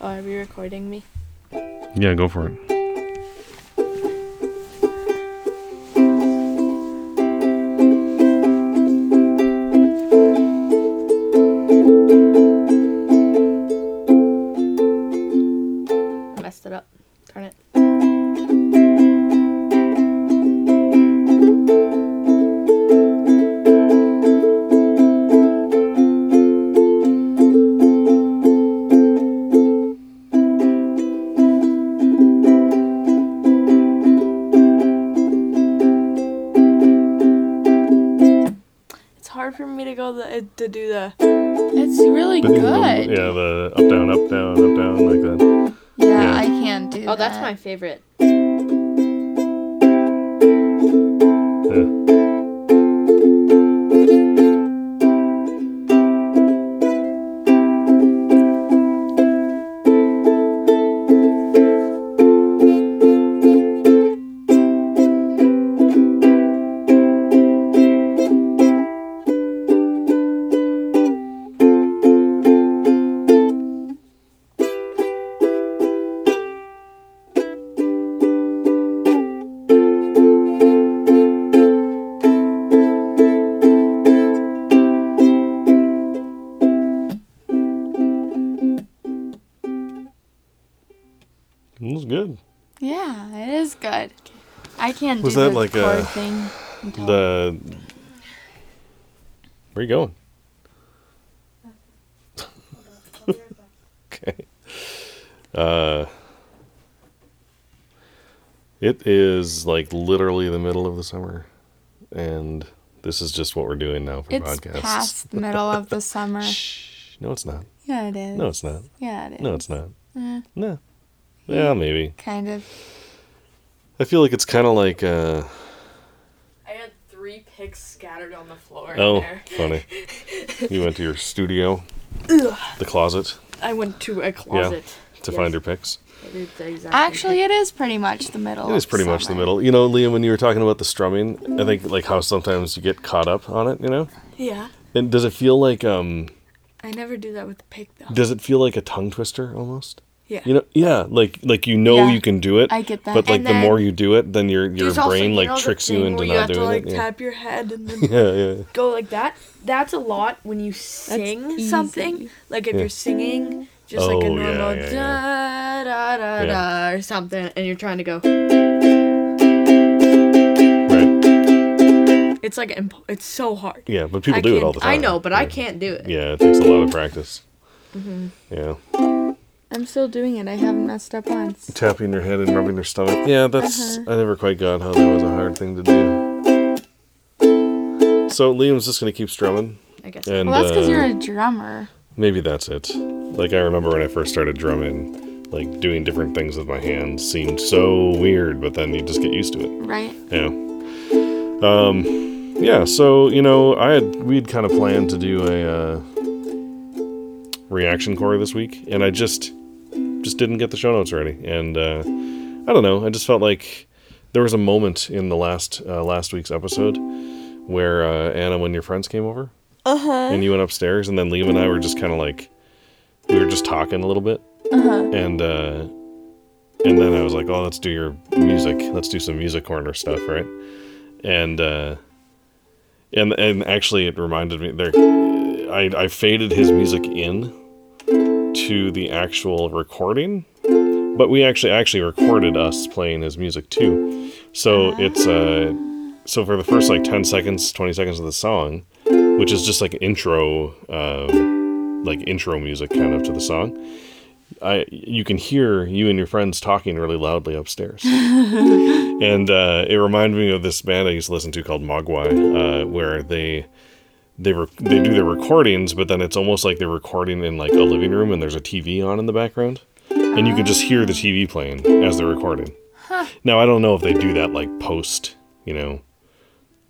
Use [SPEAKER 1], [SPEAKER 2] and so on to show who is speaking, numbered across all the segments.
[SPEAKER 1] Are we recording me?
[SPEAKER 2] Yeah, go for it.
[SPEAKER 1] I messed it up. Turn it. It's hard for me to go the to do the.
[SPEAKER 3] It's really
[SPEAKER 2] The
[SPEAKER 3] good.
[SPEAKER 2] ding dong, Yeah, the up down up down up down like that.
[SPEAKER 3] Yeah,
[SPEAKER 2] Yeah.
[SPEAKER 3] I can't do
[SPEAKER 1] Oh, that's
[SPEAKER 3] that.
[SPEAKER 1] my favorite.
[SPEAKER 2] Yeah. It was good.
[SPEAKER 3] Yeah, it is good. I can't
[SPEAKER 2] Was
[SPEAKER 3] do
[SPEAKER 2] that
[SPEAKER 3] the
[SPEAKER 2] like
[SPEAKER 3] chord
[SPEAKER 2] a-
[SPEAKER 3] thing. until-
[SPEAKER 2] The Where you going? okay. Uh It is like literally the middle of the summer and this is just what we're doing now for
[SPEAKER 3] it's
[SPEAKER 2] podcasts.
[SPEAKER 3] past the middle of the summer.
[SPEAKER 2] Shh. No, it's not.
[SPEAKER 3] Yeah, it is.
[SPEAKER 2] No, it's not.
[SPEAKER 3] Yeah, it is.
[SPEAKER 2] No, it's not.
[SPEAKER 3] Eh,
[SPEAKER 2] No. Yeah, maybe.
[SPEAKER 3] kind of.
[SPEAKER 2] I feel like it's kind of like uh
[SPEAKER 1] I had three pigs scattered on the floor.
[SPEAKER 2] Oh, funny. You went to your studio, the closet,
[SPEAKER 1] I went to a closet.
[SPEAKER 2] to
[SPEAKER 1] Yes.
[SPEAKER 2] find your picks.
[SPEAKER 1] It is the exact same
[SPEAKER 3] Actually, it is pretty much the
[SPEAKER 1] Oh,
[SPEAKER 3] middle.
[SPEAKER 2] It is pretty much the middle. You know, Liam, when you were talking about the strumming, I think like how sometimes you get caught up on it. You know,
[SPEAKER 1] thing. Yeah.
[SPEAKER 2] and does it feel like um,
[SPEAKER 1] I never do that with the pig though.
[SPEAKER 2] does it feel like a tongue twister almost?
[SPEAKER 1] yeah.
[SPEAKER 2] You know, yeah, like like you know
[SPEAKER 3] Yeah,
[SPEAKER 2] you can do it.
[SPEAKER 3] I get that.
[SPEAKER 2] But like
[SPEAKER 1] And
[SPEAKER 2] the
[SPEAKER 1] then-
[SPEAKER 2] more you do it, then your your
[SPEAKER 1] There's also,
[SPEAKER 2] brain like
[SPEAKER 1] know, the
[SPEAKER 2] tricks you
[SPEAKER 1] thing
[SPEAKER 2] into
[SPEAKER 1] where
[SPEAKER 2] not
[SPEAKER 1] you have
[SPEAKER 2] doing
[SPEAKER 1] to, like,
[SPEAKER 2] it. Yeah.
[SPEAKER 1] Tap your head and then
[SPEAKER 2] yeah, yeah, yeah.
[SPEAKER 1] go like that. That's a lot when you sing something.
[SPEAKER 3] easy.
[SPEAKER 1] Like if
[SPEAKER 2] Yeah.
[SPEAKER 1] you're singing just like a
[SPEAKER 2] Oh, yeah,
[SPEAKER 1] normal
[SPEAKER 2] yeah,
[SPEAKER 1] da da da
[SPEAKER 2] Yeah.
[SPEAKER 1] da or something, and you're trying to go.
[SPEAKER 2] Right.
[SPEAKER 1] It's like imp- it's so hard.
[SPEAKER 2] Yeah, but people
[SPEAKER 1] I
[SPEAKER 2] do it
[SPEAKER 1] can't-
[SPEAKER 2] all the time.
[SPEAKER 1] I know, but I
[SPEAKER 2] Yeah.
[SPEAKER 1] can't Mm-hmm. do it.
[SPEAKER 2] Yeah, it takes a lot of practice. Yeah.
[SPEAKER 3] I'm still doing it. I haven't messed up once.
[SPEAKER 2] tapping their head and rubbing their stomach. Yeah, that's.
[SPEAKER 3] Uh-huh.
[SPEAKER 2] I never quite got how that was a hard thing to do. So Liam's just gonna keep strumming,
[SPEAKER 1] I guess.
[SPEAKER 2] and
[SPEAKER 3] well, that's because
[SPEAKER 2] uh,
[SPEAKER 3] you're a drummer.
[SPEAKER 2] maybe that's it. Like I remember when I first started drumming, like doing different things with my hands seemed so weird, but then you just get used to it.
[SPEAKER 3] Right.
[SPEAKER 2] Yeah. Um, yeah. So you know, I had we'd kind of planned to do a uh, reaction core this week, and I just just didn't get the show notes ready, and uh, I don't know. I just felt like there was a moment in the last uh, last week's episode where uh, Anna, when your friends came over, uh-huh. and you went upstairs, and then Liam and I were just kind of like we were just talking a little bit, uh-huh. and. uh and then I was like, "Oh, let's do your music. Let's do some music corner stuff, right?" And uh, and and actually, it reminded me there. I I faded his music in to the actual recording, but we actually actually recorded us playing his music too. So it's uh, so for the first like ten seconds, twenty seconds of the song, which is just like intro, uh, like intro music kind of to the song. I you can hear you and your friends talking really loudly upstairs. and uh, it reminded me of this band I used to listen to called Mogwai, uh, where they they rec they do their recordings, but then it's almost like they're recording in like a living room and there's a TV on in the background, and you can just hear the TV playing as they're recording. Now I don't know if they do that like post, you know.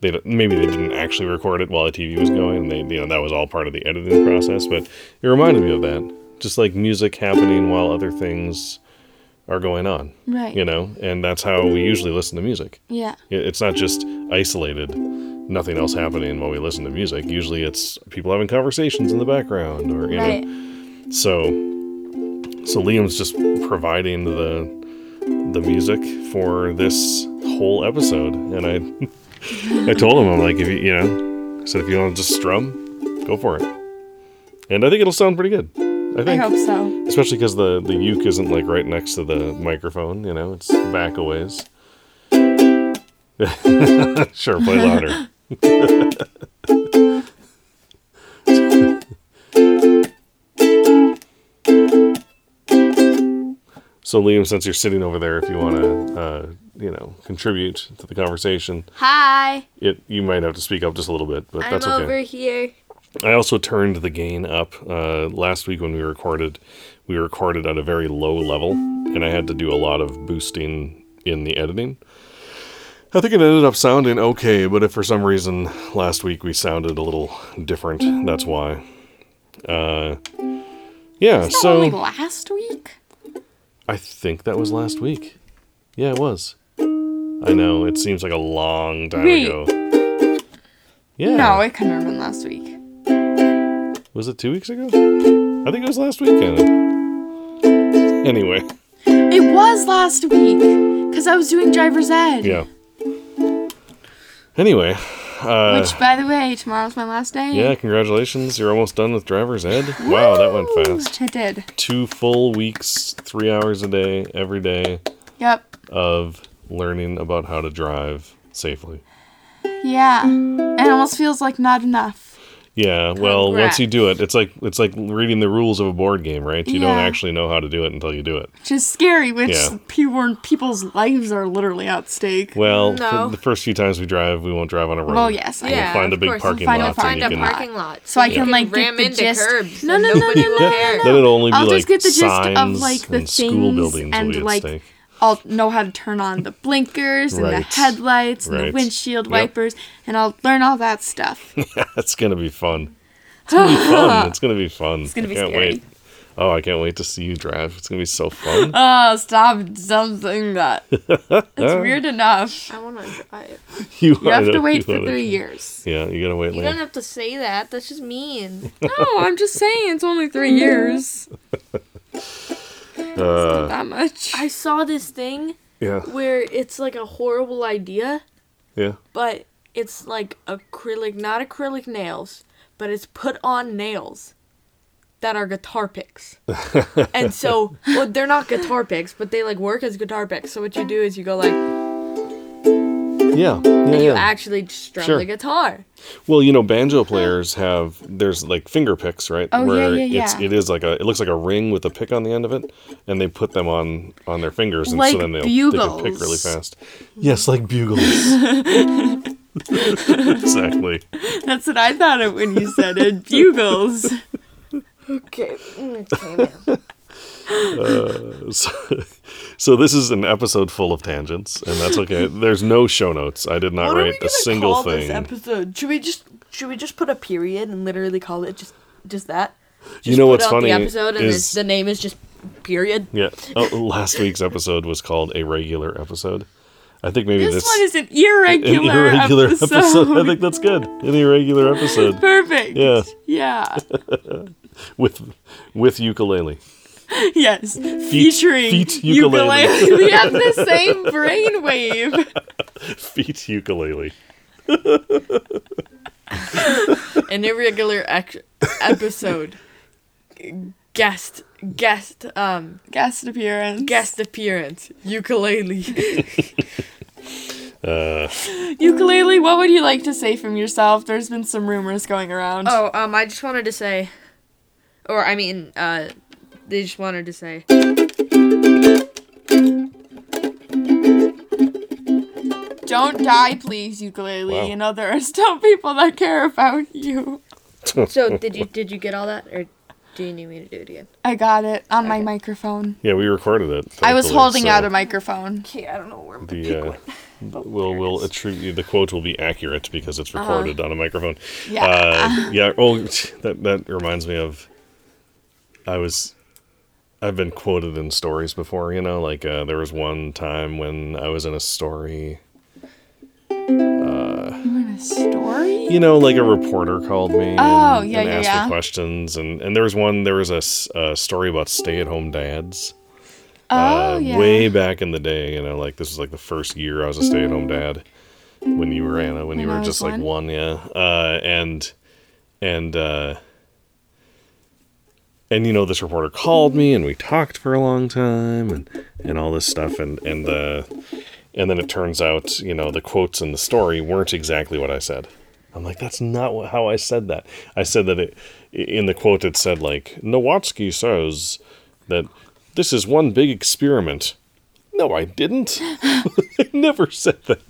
[SPEAKER 2] They don't, maybe they didn't actually record it while the TV was going. And they, you know, that was all part of the editing process. But it reminded me of that, just like music happening while other things are going on,
[SPEAKER 3] Right.
[SPEAKER 2] you know. And that's how we usually listen to music.
[SPEAKER 3] Yeah.
[SPEAKER 2] It- It's not just isolated, nothing else happening while we listen to music. Usually, it's people having conversations in the background, or you
[SPEAKER 3] Right.
[SPEAKER 2] know. So, So Liam's just providing the the music for this whole episode, and I I told him I'm like if you you know I said if you want to just strum, go for it, and I think it'll sound pretty good. I
[SPEAKER 3] I
[SPEAKER 2] think,
[SPEAKER 3] hope so.
[SPEAKER 2] especially because the the uke isn't like right next to the microphone, you know, it's back a ways. sure, play louder. So Liam, since you're sitting over there, if you want to, uh, you know, contribute to the conversation,
[SPEAKER 4] Hi,
[SPEAKER 2] it you might have to speak up just a little bit, but that's
[SPEAKER 4] I'm
[SPEAKER 2] okay.
[SPEAKER 4] over here.
[SPEAKER 2] I also turned the gain up uh, last week when we recorded. We recorded at a very low level, and I had to do a lot of boosting in the editing. I think it ended up sounding okay, but if for some reason last week we sounded a little different, that's why. Uh, yeah,
[SPEAKER 3] That only
[SPEAKER 2] so
[SPEAKER 3] last week?
[SPEAKER 2] I think that was last week. Yeah, it was. I know it seems like a long time
[SPEAKER 3] Wait.
[SPEAKER 2] ago. Yeah,
[SPEAKER 3] No, it couldn't have been last week.
[SPEAKER 2] Was it two weeks ago? I think it was last weekend. Anyway,
[SPEAKER 3] It was last week because I was doing driver's ed.
[SPEAKER 2] yeah. Anyway, uh,
[SPEAKER 3] Which, by the way, tomorrow's my last day.
[SPEAKER 2] yeah, congratulations. You're almost done with driver's ed. Wow, that went fast.
[SPEAKER 3] I did.
[SPEAKER 2] Two full weeks, three hours a day, every day
[SPEAKER 3] Yep.
[SPEAKER 2] of learning about how to drive safely.
[SPEAKER 3] Yeah. It almost feels like not enough.
[SPEAKER 2] Yeah, well, once
[SPEAKER 4] Congrats.
[SPEAKER 2] you do it, it's like it's like reading the rules of a board game, right? You don't
[SPEAKER 3] Yeah.
[SPEAKER 2] actually know how to do it until you do it.
[SPEAKER 3] Which is scary, which
[SPEAKER 2] Yeah.
[SPEAKER 3] people, people's lives are literally at stake.
[SPEAKER 2] Well,
[SPEAKER 4] No.
[SPEAKER 2] for the first few times we drive, we won't drive on a road.
[SPEAKER 3] Well, yes, I
[SPEAKER 2] We'll
[SPEAKER 4] Yeah,
[SPEAKER 2] find a
[SPEAKER 4] of
[SPEAKER 2] big
[SPEAKER 4] course,
[SPEAKER 2] parking
[SPEAKER 3] find a
[SPEAKER 2] lot.
[SPEAKER 3] parking
[SPEAKER 2] and
[SPEAKER 4] Find
[SPEAKER 2] you
[SPEAKER 4] a
[SPEAKER 2] can,
[SPEAKER 4] parking lot
[SPEAKER 3] So I
[SPEAKER 4] You
[SPEAKER 3] can, like, get
[SPEAKER 4] ram
[SPEAKER 3] the
[SPEAKER 4] into
[SPEAKER 3] gist.
[SPEAKER 4] curbs.
[SPEAKER 3] No,
[SPEAKER 4] and
[SPEAKER 3] no, no,
[SPEAKER 4] nobody
[SPEAKER 3] no,
[SPEAKER 4] will
[SPEAKER 3] no, no,
[SPEAKER 4] care.
[SPEAKER 2] Then it'll only be
[SPEAKER 3] I'll
[SPEAKER 2] like
[SPEAKER 3] just get the gist
[SPEAKER 2] signs
[SPEAKER 3] of like the
[SPEAKER 2] and school
[SPEAKER 3] things
[SPEAKER 2] buildings will
[SPEAKER 3] and
[SPEAKER 2] be at
[SPEAKER 3] like
[SPEAKER 2] stake.
[SPEAKER 3] I'll know how to turn on the blinkers and the
[SPEAKER 2] Right.
[SPEAKER 3] headlights and the
[SPEAKER 2] Right.
[SPEAKER 3] windshield
[SPEAKER 2] Yep.
[SPEAKER 3] wipers and I'll learn all that stuff.
[SPEAKER 2] That's gonna be fun. It's gonna be fun. It's gonna be fun. It's
[SPEAKER 3] gonna be
[SPEAKER 2] I can't
[SPEAKER 3] scary.
[SPEAKER 2] wait. Oh, I can't wait to see you drive. It's gonna be so fun.
[SPEAKER 3] oh, stop something that. It's weird enough.
[SPEAKER 1] I want to drive.
[SPEAKER 2] you,
[SPEAKER 3] You
[SPEAKER 2] I
[SPEAKER 3] have to
[SPEAKER 2] know
[SPEAKER 3] wait
[SPEAKER 2] you
[SPEAKER 3] for
[SPEAKER 2] wanna-
[SPEAKER 3] three years.
[SPEAKER 2] Yeah, you gotta wait.
[SPEAKER 4] You
[SPEAKER 2] Leah.
[SPEAKER 4] don't have to say that. That's just mean.
[SPEAKER 3] No, I'm just saying it's only three years.
[SPEAKER 2] Uh,
[SPEAKER 3] Not that much.
[SPEAKER 1] I saw this thing
[SPEAKER 2] yeah,
[SPEAKER 1] where it's like a horrible idea,
[SPEAKER 2] yeah.
[SPEAKER 1] but it's like acrylic, not acrylic nails, but it's put on nails that are guitar picks. and so, well, they're not guitar picks, but they like work as guitar picks. So what you do is you go like,
[SPEAKER 2] Yeah, yeah,
[SPEAKER 1] you
[SPEAKER 2] yeah.
[SPEAKER 1] actually strum
[SPEAKER 2] Sure.
[SPEAKER 1] the guitar.
[SPEAKER 2] Well, you know, banjo players have there's like finger picks, right?
[SPEAKER 3] Oh, yeah, yeah,
[SPEAKER 2] it's
[SPEAKER 3] yeah.
[SPEAKER 2] it is like a it looks like a ring with a pick on the end of it, and they put them on on their fingers, and so
[SPEAKER 3] Like
[SPEAKER 2] then they'll, they can pick really
[SPEAKER 3] bugles.
[SPEAKER 2] fast. Yes, like bugles. exactly.
[SPEAKER 3] That's what I thought of when you said it. Bugles.
[SPEAKER 1] Okay.
[SPEAKER 4] Mm,
[SPEAKER 2] So, so this is an episode full of tangents, and that's okay. There's no show notes. I did not
[SPEAKER 1] What are we
[SPEAKER 2] write a
[SPEAKER 1] gonna
[SPEAKER 2] single
[SPEAKER 1] call this
[SPEAKER 2] thing.
[SPEAKER 1] episode? Should we just should we just put a period and literally call it just just that? Just
[SPEAKER 2] You know
[SPEAKER 1] put
[SPEAKER 2] what's
[SPEAKER 1] out
[SPEAKER 2] funny
[SPEAKER 1] The episode and
[SPEAKER 2] is-
[SPEAKER 1] it's, the name is just period.
[SPEAKER 2] Yeah, oh, last week's episode was called a regular episode. I think maybe
[SPEAKER 3] This,
[SPEAKER 2] this,
[SPEAKER 3] one is an
[SPEAKER 2] an
[SPEAKER 3] irregular,
[SPEAKER 2] irregular episode. I
[SPEAKER 3] episode.
[SPEAKER 2] think that's good. An irregular episode
[SPEAKER 3] Perfect.
[SPEAKER 2] Yeah.
[SPEAKER 3] Yeah.
[SPEAKER 2] with with ukulele.
[SPEAKER 3] Yes.
[SPEAKER 2] Feet-
[SPEAKER 3] Featuring
[SPEAKER 2] feet
[SPEAKER 3] ukulele.
[SPEAKER 2] ukulele.
[SPEAKER 3] we have the same brainwave.
[SPEAKER 2] Feet ukulele.
[SPEAKER 1] An irregular ex- episode. guest guest um
[SPEAKER 3] Guest appearance.
[SPEAKER 1] guest appearance ukulele.
[SPEAKER 2] Uh,
[SPEAKER 3] Ukulele, what would you like to say from yourself? There's been some rumors going around.
[SPEAKER 4] Oh, um, I just wanted to say, or I mean, uh, they just wanted to say.
[SPEAKER 3] Don't die, please, ukulele.
[SPEAKER 2] Wow.
[SPEAKER 3] You know, there are still people that care about you.
[SPEAKER 4] So did you did you get all that, or do you need me to do it again?
[SPEAKER 3] I got it on my microphone.
[SPEAKER 2] yeah, we recorded it.
[SPEAKER 3] I was
[SPEAKER 2] thankfully,
[SPEAKER 3] holding
[SPEAKER 2] so
[SPEAKER 3] out a microphone.
[SPEAKER 1] Okay, I don't know where. My-
[SPEAKER 2] The uh, will will attribute the quote will be accurate because
[SPEAKER 3] Uh-huh.
[SPEAKER 2] it's recorded on a microphone.
[SPEAKER 3] Yeah.
[SPEAKER 2] Uh, yeah. Oh, that that reminds me of. I was, I've been quoted in stories before. You know, like uh, there was one time when I was in a story.
[SPEAKER 3] You in a story?
[SPEAKER 2] you know, like a reporter called me and,
[SPEAKER 3] Oh, yeah,
[SPEAKER 2] and
[SPEAKER 3] yeah,
[SPEAKER 2] asked
[SPEAKER 3] yeah.
[SPEAKER 2] me questions, and and there was one, there was a, s- a story about stay-at-home dads.
[SPEAKER 3] Oh
[SPEAKER 2] uh,
[SPEAKER 3] yeah.
[SPEAKER 2] way back in the day, you know, like this was like the first year I was a stay-at-home dad when you were Anna, when you
[SPEAKER 3] When Mm. I
[SPEAKER 2] were
[SPEAKER 3] was
[SPEAKER 2] just like
[SPEAKER 3] one?
[SPEAKER 2] one, yeah, uh, and and uh, and you know, this reporter called me and we talked for a long time and and all this stuff and and the and then it turns out you know the quotes in the story weren't exactly what I said. I'm like, that's not wh- how I said that. I said that it in the quote it said like Nowatsky says that this is one big experiment. No, I didn't. I never said that.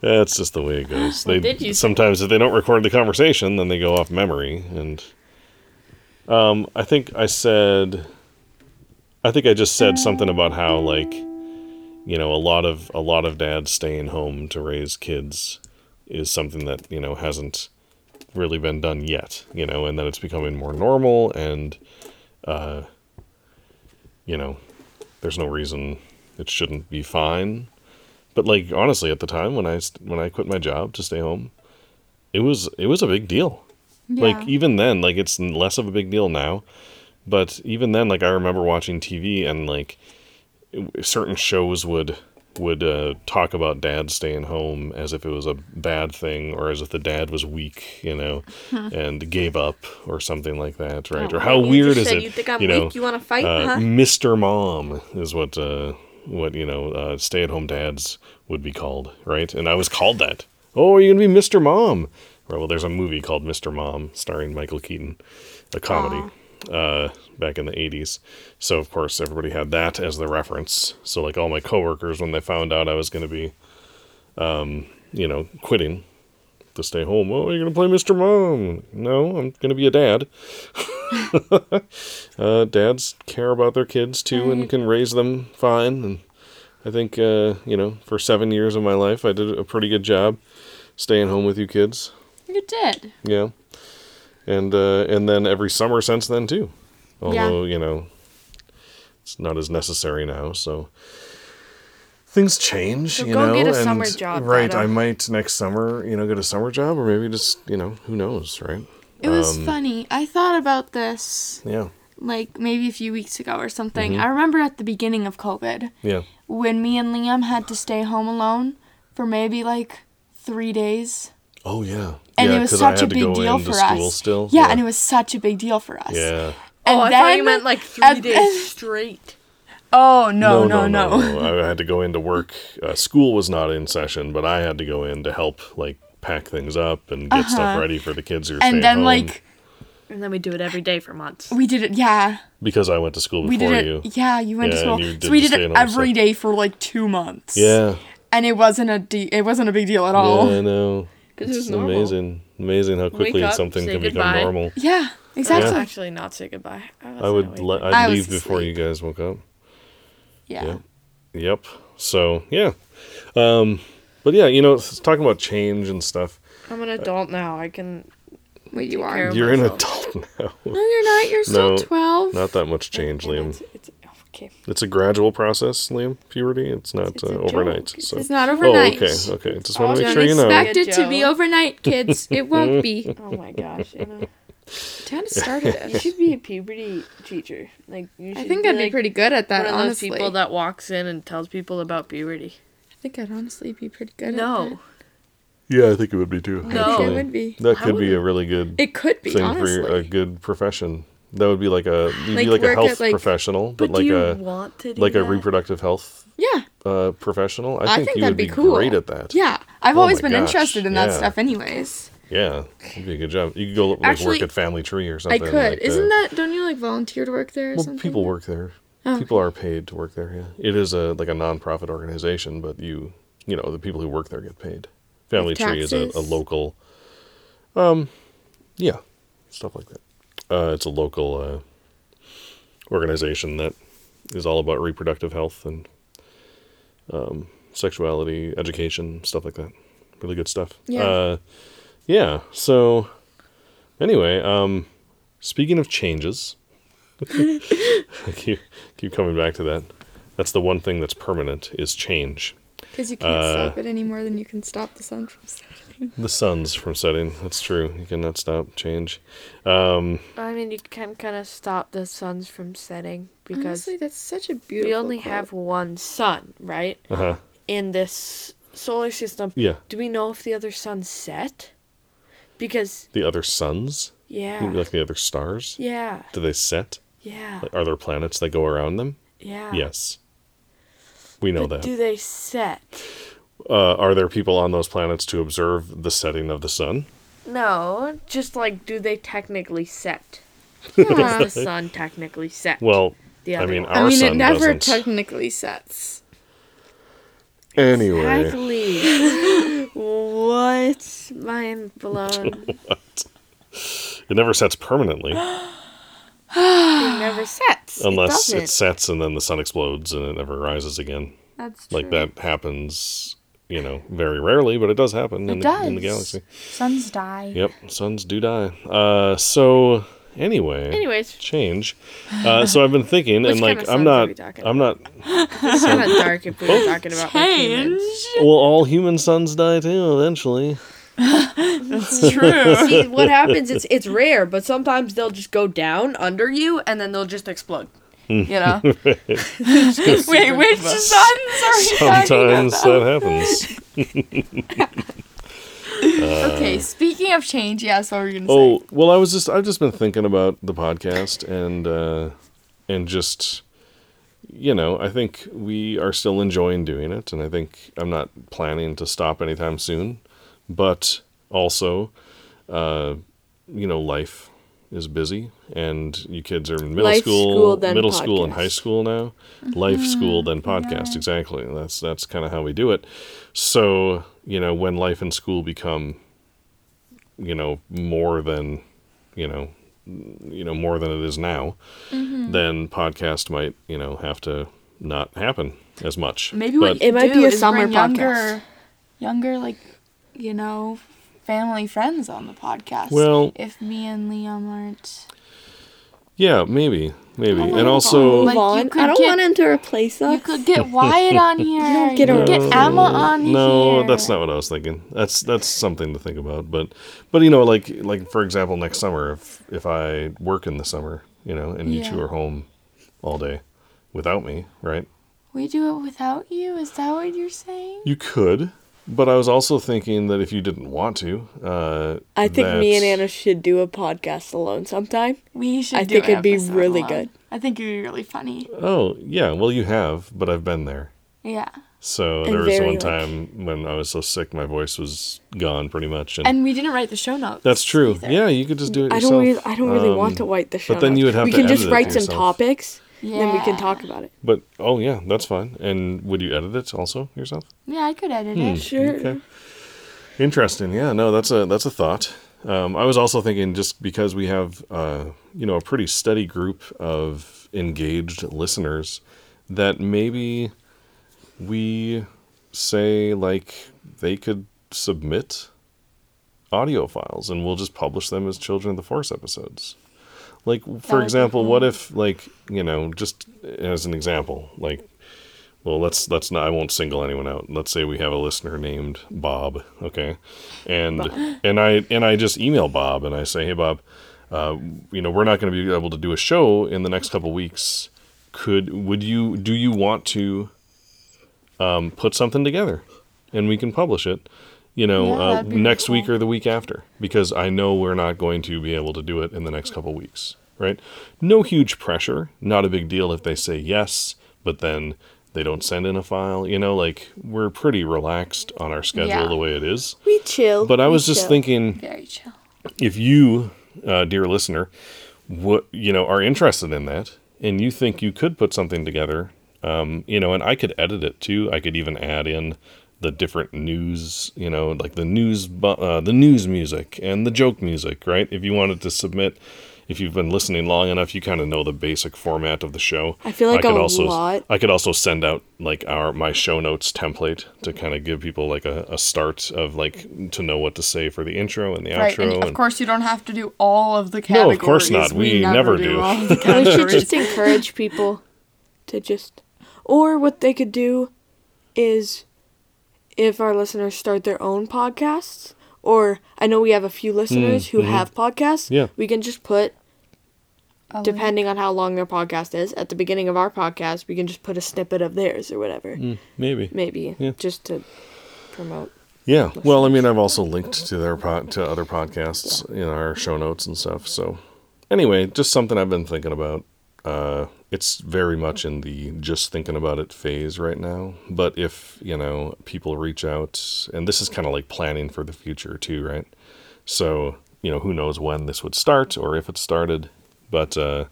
[SPEAKER 2] That's just the way it goes. They
[SPEAKER 1] did you say?
[SPEAKER 2] sometimes if they don't record the conversation, then they go off memory. And um, I think I said, I think I just said something about how like, you know, a lot of a lot of dads staying home to raise kids is something that you know hasn't really been done yet. You know, and that it's becoming more normal and you know, there's no reason it shouldn't be fine. But like honestly, at the time when I st- when I quit my job to stay home, it was it was a big deal. Like even then, like it's n- less of a big deal now, but even then, like I remember watching TV and like it- certain shows would would uh, talk about dad staying home as if it was a bad thing or as if the dad was weak, you know, and gave up or something like that, right? or how
[SPEAKER 1] You
[SPEAKER 2] weird
[SPEAKER 1] just
[SPEAKER 2] is
[SPEAKER 1] said
[SPEAKER 2] it?
[SPEAKER 1] You think I'm
[SPEAKER 2] you know,
[SPEAKER 1] weak? You want to fight?
[SPEAKER 2] uh,
[SPEAKER 1] huh?
[SPEAKER 2] Mr. Mom is what uh, what you know uh, stay-at-home dads would be called, right? And I was called that. Oh, are you gonna be Mr. Mom? Well, well, there's a movie called Mr. Mom starring Michael Keaton, a comedy uh, back in the 80s. So of course everybody had that as the reference. So like all my coworkers, when they found out I was gonna be, um, you know, quitting to stay home, oh, you're gonna play Mr. Mom? No, I'm gonna be a dad uh, dads care about their kids too
[SPEAKER 1] Mm-hmm.
[SPEAKER 2] and can raise them fine. And I think uh, you know, for seven years of my life, I did a pretty good job staying home with you kids.
[SPEAKER 3] You did.
[SPEAKER 2] Yeah, and uh, and then every summer since then too. Although you know, it's not as necessary now. So things change. you
[SPEAKER 1] go
[SPEAKER 2] know,
[SPEAKER 1] get a
[SPEAKER 2] and-
[SPEAKER 1] summer job,
[SPEAKER 2] right?
[SPEAKER 1] Dada.
[SPEAKER 2] I might next summer. You know, get a summer job, or maybe just you know, who knows, right?
[SPEAKER 3] It was
[SPEAKER 2] Um,
[SPEAKER 3] funny. I thought about this
[SPEAKER 2] Yeah,
[SPEAKER 3] like maybe a few weeks ago or something.
[SPEAKER 2] Mm-hmm.
[SPEAKER 3] I remember at the beginning of COVID
[SPEAKER 2] yeah.
[SPEAKER 3] when me and Liam had to stay home alone for maybe like three days.
[SPEAKER 2] Oh yeah,
[SPEAKER 3] And
[SPEAKER 2] yeah,
[SPEAKER 3] it was
[SPEAKER 2] 'cause I
[SPEAKER 3] such a
[SPEAKER 2] had to
[SPEAKER 3] big
[SPEAKER 2] go
[SPEAKER 3] deal
[SPEAKER 2] into
[SPEAKER 3] for
[SPEAKER 2] school
[SPEAKER 3] us.
[SPEAKER 2] Still,
[SPEAKER 3] Yeah, and it was such a big deal for us.
[SPEAKER 2] yeah.
[SPEAKER 3] And
[SPEAKER 1] oh, I
[SPEAKER 3] then,
[SPEAKER 1] thought you meant like three
[SPEAKER 3] and
[SPEAKER 1] days
[SPEAKER 3] then-
[SPEAKER 1] straight.
[SPEAKER 3] Oh no no no.
[SPEAKER 2] I had to go into work. Uh, school was not in session, but I had to go in to help, like pack things up and get stuff ready for the kids who are staying
[SPEAKER 3] Uh-huh. And then
[SPEAKER 2] home.
[SPEAKER 3] like
[SPEAKER 1] And then we do it every day for months.
[SPEAKER 3] we did it. Yeah,
[SPEAKER 2] because I went to school
[SPEAKER 3] we
[SPEAKER 2] before
[SPEAKER 3] did
[SPEAKER 2] you.
[SPEAKER 3] it. Yeah, you went
[SPEAKER 2] Yeah,
[SPEAKER 3] to
[SPEAKER 2] and
[SPEAKER 3] school,
[SPEAKER 2] you did
[SPEAKER 3] so we
[SPEAKER 2] the
[SPEAKER 3] did it
[SPEAKER 2] stay-at-home
[SPEAKER 3] every
[SPEAKER 2] stuff.
[SPEAKER 3] day for like two months.
[SPEAKER 2] Yeah,
[SPEAKER 3] and it wasn't a de- it wasn't a big deal at all.
[SPEAKER 2] yeah, I know.
[SPEAKER 4] it was
[SPEAKER 2] It's
[SPEAKER 4] normal.
[SPEAKER 2] amazing, amazing how quickly
[SPEAKER 4] up,
[SPEAKER 2] something
[SPEAKER 4] say
[SPEAKER 2] can become
[SPEAKER 4] goodbye.
[SPEAKER 2] normal.
[SPEAKER 3] Yeah,
[SPEAKER 4] Let's
[SPEAKER 3] exactly.
[SPEAKER 4] actually not say goodbye.
[SPEAKER 2] I
[SPEAKER 4] wasn't
[SPEAKER 2] would,
[SPEAKER 4] awake.
[SPEAKER 2] le- I'd
[SPEAKER 3] I was
[SPEAKER 2] leave before you
[SPEAKER 3] asleep.
[SPEAKER 2] guys woke up.
[SPEAKER 3] Yeah.
[SPEAKER 2] Yeah. Yep. So yeah, um, but yeah, you know, s- talking about change and stuff.
[SPEAKER 4] I'm an adult now. I can.
[SPEAKER 3] Wait, you
[SPEAKER 4] take
[SPEAKER 3] are.
[SPEAKER 4] care of
[SPEAKER 2] You're an
[SPEAKER 4] myself.
[SPEAKER 2] adult now.
[SPEAKER 3] No, you're not. You're
[SPEAKER 2] No.
[SPEAKER 3] still twelve.
[SPEAKER 2] Not that much change, Liam.
[SPEAKER 4] It's, it's okay.
[SPEAKER 2] It's a gradual process, Liam. Puberty. It's not uh,
[SPEAKER 4] a
[SPEAKER 2] overnight.
[SPEAKER 4] joke.
[SPEAKER 2] So.
[SPEAKER 3] It's not
[SPEAKER 2] Oh,
[SPEAKER 3] overnight.
[SPEAKER 2] okay, okay. Just want to
[SPEAKER 4] Don't
[SPEAKER 2] make sure you know.
[SPEAKER 3] Expect
[SPEAKER 4] Good
[SPEAKER 3] it to be
[SPEAKER 4] joke.
[SPEAKER 3] overnight, kids. It won't be.
[SPEAKER 4] Oh my gosh, Anna.
[SPEAKER 3] Dad started
[SPEAKER 4] You should be a puberty teacher. Like you
[SPEAKER 3] I
[SPEAKER 4] should
[SPEAKER 3] think I'd be
[SPEAKER 4] like,
[SPEAKER 3] pretty good at
[SPEAKER 4] one
[SPEAKER 3] that.
[SPEAKER 4] of those
[SPEAKER 3] honestly,
[SPEAKER 4] people that walks in and tells people about puberty.
[SPEAKER 3] I think I'd honestly be pretty good. at
[SPEAKER 4] No,
[SPEAKER 2] Yeah, I think it would be too.
[SPEAKER 3] that. I think
[SPEAKER 2] actually.
[SPEAKER 3] it would be.
[SPEAKER 2] That
[SPEAKER 4] I
[SPEAKER 2] could be
[SPEAKER 4] would-
[SPEAKER 2] a really good
[SPEAKER 3] It could be
[SPEAKER 2] thing
[SPEAKER 3] honestly.
[SPEAKER 2] for a good profession. That would be like a you'd
[SPEAKER 3] Like
[SPEAKER 2] be like a
[SPEAKER 3] work
[SPEAKER 2] health
[SPEAKER 3] at, like-
[SPEAKER 2] professional, but,
[SPEAKER 4] but do
[SPEAKER 2] like
[SPEAKER 4] you
[SPEAKER 2] a
[SPEAKER 4] want to do
[SPEAKER 2] like a
[SPEAKER 4] that?
[SPEAKER 2] reproductive health
[SPEAKER 3] yeah,
[SPEAKER 2] uh, professional. I think,
[SPEAKER 3] I
[SPEAKER 2] you
[SPEAKER 3] think
[SPEAKER 2] would
[SPEAKER 3] that'd
[SPEAKER 2] be,
[SPEAKER 3] be cool.
[SPEAKER 2] great at that.
[SPEAKER 3] yeah. I've
[SPEAKER 2] Oh
[SPEAKER 3] always
[SPEAKER 2] my
[SPEAKER 3] been
[SPEAKER 2] gosh,
[SPEAKER 3] interested in that
[SPEAKER 2] yeah.
[SPEAKER 3] stuff, anyways.
[SPEAKER 2] yeah, it'd be a good job. You could go like, work
[SPEAKER 3] Actually,
[SPEAKER 2] at Family Tree or
[SPEAKER 3] I
[SPEAKER 2] something.
[SPEAKER 3] could.
[SPEAKER 2] like,
[SPEAKER 3] Isn't
[SPEAKER 2] uh,
[SPEAKER 3] that? Don't you like volunteer to work there or
[SPEAKER 2] Well,
[SPEAKER 3] something?
[SPEAKER 2] people work there.
[SPEAKER 3] Oh.
[SPEAKER 2] People are paid to work there. Yeah, it is a like a nonprofit organization, but you you know the people who work there get paid. Family Tree is a, a
[SPEAKER 3] taxes?
[SPEAKER 2] local, um, yeah, stuff like that. Uh, it's a local uh, organization that is all about reproductive health and um, sexuality education, stuff like that. Really good stuff.
[SPEAKER 3] Yeah.
[SPEAKER 2] Uh, yeah. So anyway, um, speaking of changes. I keep, keep coming back to that. That's the one thing that's permanent is change. Um,
[SPEAKER 3] Because you can't
[SPEAKER 2] Uh,
[SPEAKER 3] stop it any more than you can stop the sun from setting.
[SPEAKER 2] The sun's from setting. That's true. You cannot stop change. Um,
[SPEAKER 1] I mean, you can kind of stop the suns from setting because
[SPEAKER 3] Honestly, that's such a beautiful.
[SPEAKER 1] we only
[SPEAKER 3] quote.
[SPEAKER 1] have one sun, right?
[SPEAKER 2] uh huh.
[SPEAKER 1] In this solar system.
[SPEAKER 2] Yeah.
[SPEAKER 1] Do we know if the other sun set? Because
[SPEAKER 2] The other suns,
[SPEAKER 1] yeah.
[SPEAKER 2] like the other stars,
[SPEAKER 1] Yeah.
[SPEAKER 2] do they set?
[SPEAKER 1] Yeah.
[SPEAKER 2] Like, are there planets that go around them?
[SPEAKER 1] Yeah.
[SPEAKER 2] Yes. We know
[SPEAKER 1] But
[SPEAKER 2] that.
[SPEAKER 1] do they set?
[SPEAKER 2] uh, are there people on those planets to observe the setting of the sun?
[SPEAKER 1] No, just like do they technically set?
[SPEAKER 3] Yeah.
[SPEAKER 1] Does the sun technically set?
[SPEAKER 2] Well,
[SPEAKER 1] The
[SPEAKER 2] I
[SPEAKER 1] other
[SPEAKER 2] mean,
[SPEAKER 1] one.
[SPEAKER 2] our
[SPEAKER 3] I mean,
[SPEAKER 2] sun
[SPEAKER 3] it never
[SPEAKER 2] doesn't.
[SPEAKER 3] technically sets.
[SPEAKER 2] anyway,
[SPEAKER 1] Exactly. what? Mind blown.
[SPEAKER 2] it never sets permanently
[SPEAKER 1] It never sets.
[SPEAKER 2] unless
[SPEAKER 1] it
[SPEAKER 2] it,
[SPEAKER 1] doesn't.
[SPEAKER 2] sets and then the sun explodes and it never rises again.
[SPEAKER 3] That's true.
[SPEAKER 2] Like that happens, you know, very rarely, but it does happen in,
[SPEAKER 3] It
[SPEAKER 2] the,
[SPEAKER 3] does.
[SPEAKER 2] in the galaxy.
[SPEAKER 3] Suns die.
[SPEAKER 2] Yep, suns do die. Uh, so anyway,
[SPEAKER 1] Anyways.
[SPEAKER 2] change. Uh, so I've been thinking, and
[SPEAKER 1] Which
[SPEAKER 2] like
[SPEAKER 1] kind of
[SPEAKER 2] I'm
[SPEAKER 1] suns are
[SPEAKER 2] not,
[SPEAKER 1] we talking
[SPEAKER 2] I'm not.
[SPEAKER 4] It's kind of dark if we
[SPEAKER 2] Oh.
[SPEAKER 4] were talking about like, humans.
[SPEAKER 2] Well, all human suns die too eventually.
[SPEAKER 1] True.
[SPEAKER 4] See, what happens? It's it's rare, but sometimes they'll just go down under you, and then they'll just explode. You know,
[SPEAKER 3] Wait, which suns are you talking
[SPEAKER 2] Sometimes
[SPEAKER 3] about?
[SPEAKER 2] that happens. Uh,
[SPEAKER 3] Okay, speaking of change, yeah, that's what we're gonna
[SPEAKER 2] Oh
[SPEAKER 3] say.
[SPEAKER 2] well, I was just I've just been thinking about the podcast and uh, and just you know I think we are still enjoying doing it, and I think I'm not planning to stop anytime soon. But also, uh, you know, life is busy, and you kids are in middle
[SPEAKER 1] Life,
[SPEAKER 2] school,
[SPEAKER 1] school, then
[SPEAKER 2] middle school, and
[SPEAKER 1] podcast.
[SPEAKER 2] high school now. Life, school, then podcast. Exactly. That's that's kind of how we do it. So you know, when life and school become you know more than you know you know more than it is now
[SPEAKER 3] Mm-hmm.
[SPEAKER 2] then podcast might you know have to not happen as much
[SPEAKER 3] Maybe what
[SPEAKER 2] But-
[SPEAKER 3] you
[SPEAKER 1] It might
[SPEAKER 3] do
[SPEAKER 1] be a
[SPEAKER 3] is
[SPEAKER 1] summer
[SPEAKER 3] bring
[SPEAKER 1] podcast.
[SPEAKER 3] younger, younger, like you know, family friends on the podcast.
[SPEAKER 2] Well-
[SPEAKER 3] if me and Liam aren't,
[SPEAKER 2] yeah maybe maybe
[SPEAKER 3] Oh,
[SPEAKER 2] and also
[SPEAKER 3] Like, you could
[SPEAKER 1] I don't
[SPEAKER 3] get-
[SPEAKER 1] want him to replace us.
[SPEAKER 3] you could get Wyatt on here.
[SPEAKER 1] don't get
[SPEAKER 3] you could
[SPEAKER 2] No,
[SPEAKER 3] get Emma on
[SPEAKER 2] no
[SPEAKER 3] here.
[SPEAKER 2] that's not what i was thinking that's that's something to think about but but you know like like for example next summer if if i work in the summer you know and you two
[SPEAKER 3] Yeah.
[SPEAKER 2] are home all day without me right
[SPEAKER 3] We do it without you. Is that what you're saying?
[SPEAKER 2] you could but i was also thinking that if you didn't want to uh
[SPEAKER 1] I think me and
[SPEAKER 2] that's-
[SPEAKER 1] Anna should do a podcast alone sometime.
[SPEAKER 3] We should.
[SPEAKER 1] I
[SPEAKER 3] do
[SPEAKER 1] think
[SPEAKER 3] an
[SPEAKER 1] it'd be
[SPEAKER 3] episode
[SPEAKER 1] really
[SPEAKER 3] alone.
[SPEAKER 1] good.
[SPEAKER 3] I think it'd be really funny.
[SPEAKER 2] Oh yeah, well you have, but I've been there.
[SPEAKER 3] Yeah,
[SPEAKER 2] So
[SPEAKER 1] And
[SPEAKER 2] there was
[SPEAKER 1] very,
[SPEAKER 2] one
[SPEAKER 1] like-
[SPEAKER 2] time when I was so sick, my voice was gone pretty much, and,
[SPEAKER 3] and we didn't write the show notes.
[SPEAKER 2] that's true.
[SPEAKER 3] either.
[SPEAKER 2] Yeah, you could just do it
[SPEAKER 1] I
[SPEAKER 2] yourself.
[SPEAKER 1] don't really, I don't really
[SPEAKER 2] Um,
[SPEAKER 1] want to write the show.
[SPEAKER 2] but then
[SPEAKER 1] notes.
[SPEAKER 2] you would have
[SPEAKER 1] we
[SPEAKER 2] to
[SPEAKER 1] can
[SPEAKER 2] edit
[SPEAKER 1] just
[SPEAKER 2] it
[SPEAKER 1] write some
[SPEAKER 2] yourself.
[SPEAKER 1] topics, and then we can
[SPEAKER 3] Yeah.
[SPEAKER 1] talk about it.
[SPEAKER 2] But oh yeah, that's fine. And would you edit it also yourself?
[SPEAKER 3] Yeah, I could edit it.
[SPEAKER 1] Sure.
[SPEAKER 2] Hmm, Okay. Interesting. Yeah. No, that's a that's a thought. Um, I was also thinking just because we have uh, you know a pretty steady group of engaged listeners, that maybe we say like they could submit audio files and we'll just publish them as Children of the Force episodes. Like
[SPEAKER 3] would
[SPEAKER 2] for
[SPEAKER 3] be
[SPEAKER 2] example,
[SPEAKER 3] cool.
[SPEAKER 2] what if like you know just as an example like well, let's let's not. I won't single anyone out. Let's say we have a listener named Bob, okay, and and I and I just email Bob and I say, hey Bob, uh, you know we're not going to be able to do a show in the next couple weeks. Could would you do you want to um, put something together, and we can publish it, you know,
[SPEAKER 3] Yeah,
[SPEAKER 2] uh,
[SPEAKER 3] that'd be
[SPEAKER 2] next
[SPEAKER 3] cool.
[SPEAKER 2] week or the week after, because I know we're not going to be able to do it in the next couple weeks, right? No huge pressure, not a big deal if they say yes, but then they don't send in a file, you know, like we're pretty relaxed on our schedule
[SPEAKER 3] Yeah.
[SPEAKER 2] the way it is.
[SPEAKER 1] We chill.
[SPEAKER 2] But I
[SPEAKER 1] we
[SPEAKER 2] was just
[SPEAKER 1] chill.
[SPEAKER 2] thinking
[SPEAKER 3] Very chill.
[SPEAKER 2] if you, uh, dear listener, what you know are interested in that, and you think you could put something together, um, you know, and I could edit it too. I could even add in the different news, you know, like the news, bu- uh, the news music and the joke music, right? If you wanted to submit, if you've been listening long enough, you kind of know the basic format of the show.
[SPEAKER 1] I feel like
[SPEAKER 2] could
[SPEAKER 1] a
[SPEAKER 2] also,
[SPEAKER 1] lot-
[SPEAKER 2] I could also send out like our my show notes template to kind of give people like a, a start of like to know what to say for the intro and the
[SPEAKER 3] Right,
[SPEAKER 2] outro.
[SPEAKER 3] and of
[SPEAKER 2] and-
[SPEAKER 3] course you don't have to do all of the
[SPEAKER 2] No,
[SPEAKER 3] categories.
[SPEAKER 2] of course not. We never do.
[SPEAKER 3] all of the
[SPEAKER 1] we should
[SPEAKER 3] categories.
[SPEAKER 1] just encourage people to just, or what they could do is if our listeners start their own podcasts, or I know we have a few listeners who have podcasts.
[SPEAKER 2] Mm-hmm. Yeah.
[SPEAKER 1] We can just put, Oh,
[SPEAKER 3] A link.
[SPEAKER 1] depending on how long their podcast is, at the beginning of our podcast, we can just put a snippet of theirs or whatever.
[SPEAKER 2] Maybe.
[SPEAKER 1] Maybe.
[SPEAKER 2] Mm. Yeah.
[SPEAKER 1] Just to promote.
[SPEAKER 2] Yeah. Well, I mean, I've also linked to their pod, to other podcasts in our show notes and stuff. So, anyway, just something I've been thinking about. Uh, it's very much in the just thinking about it phase right now. But if you know people reach out, and this is kind of like planning for the future too, right? So you know, who knows when this would start or if it started. But uh,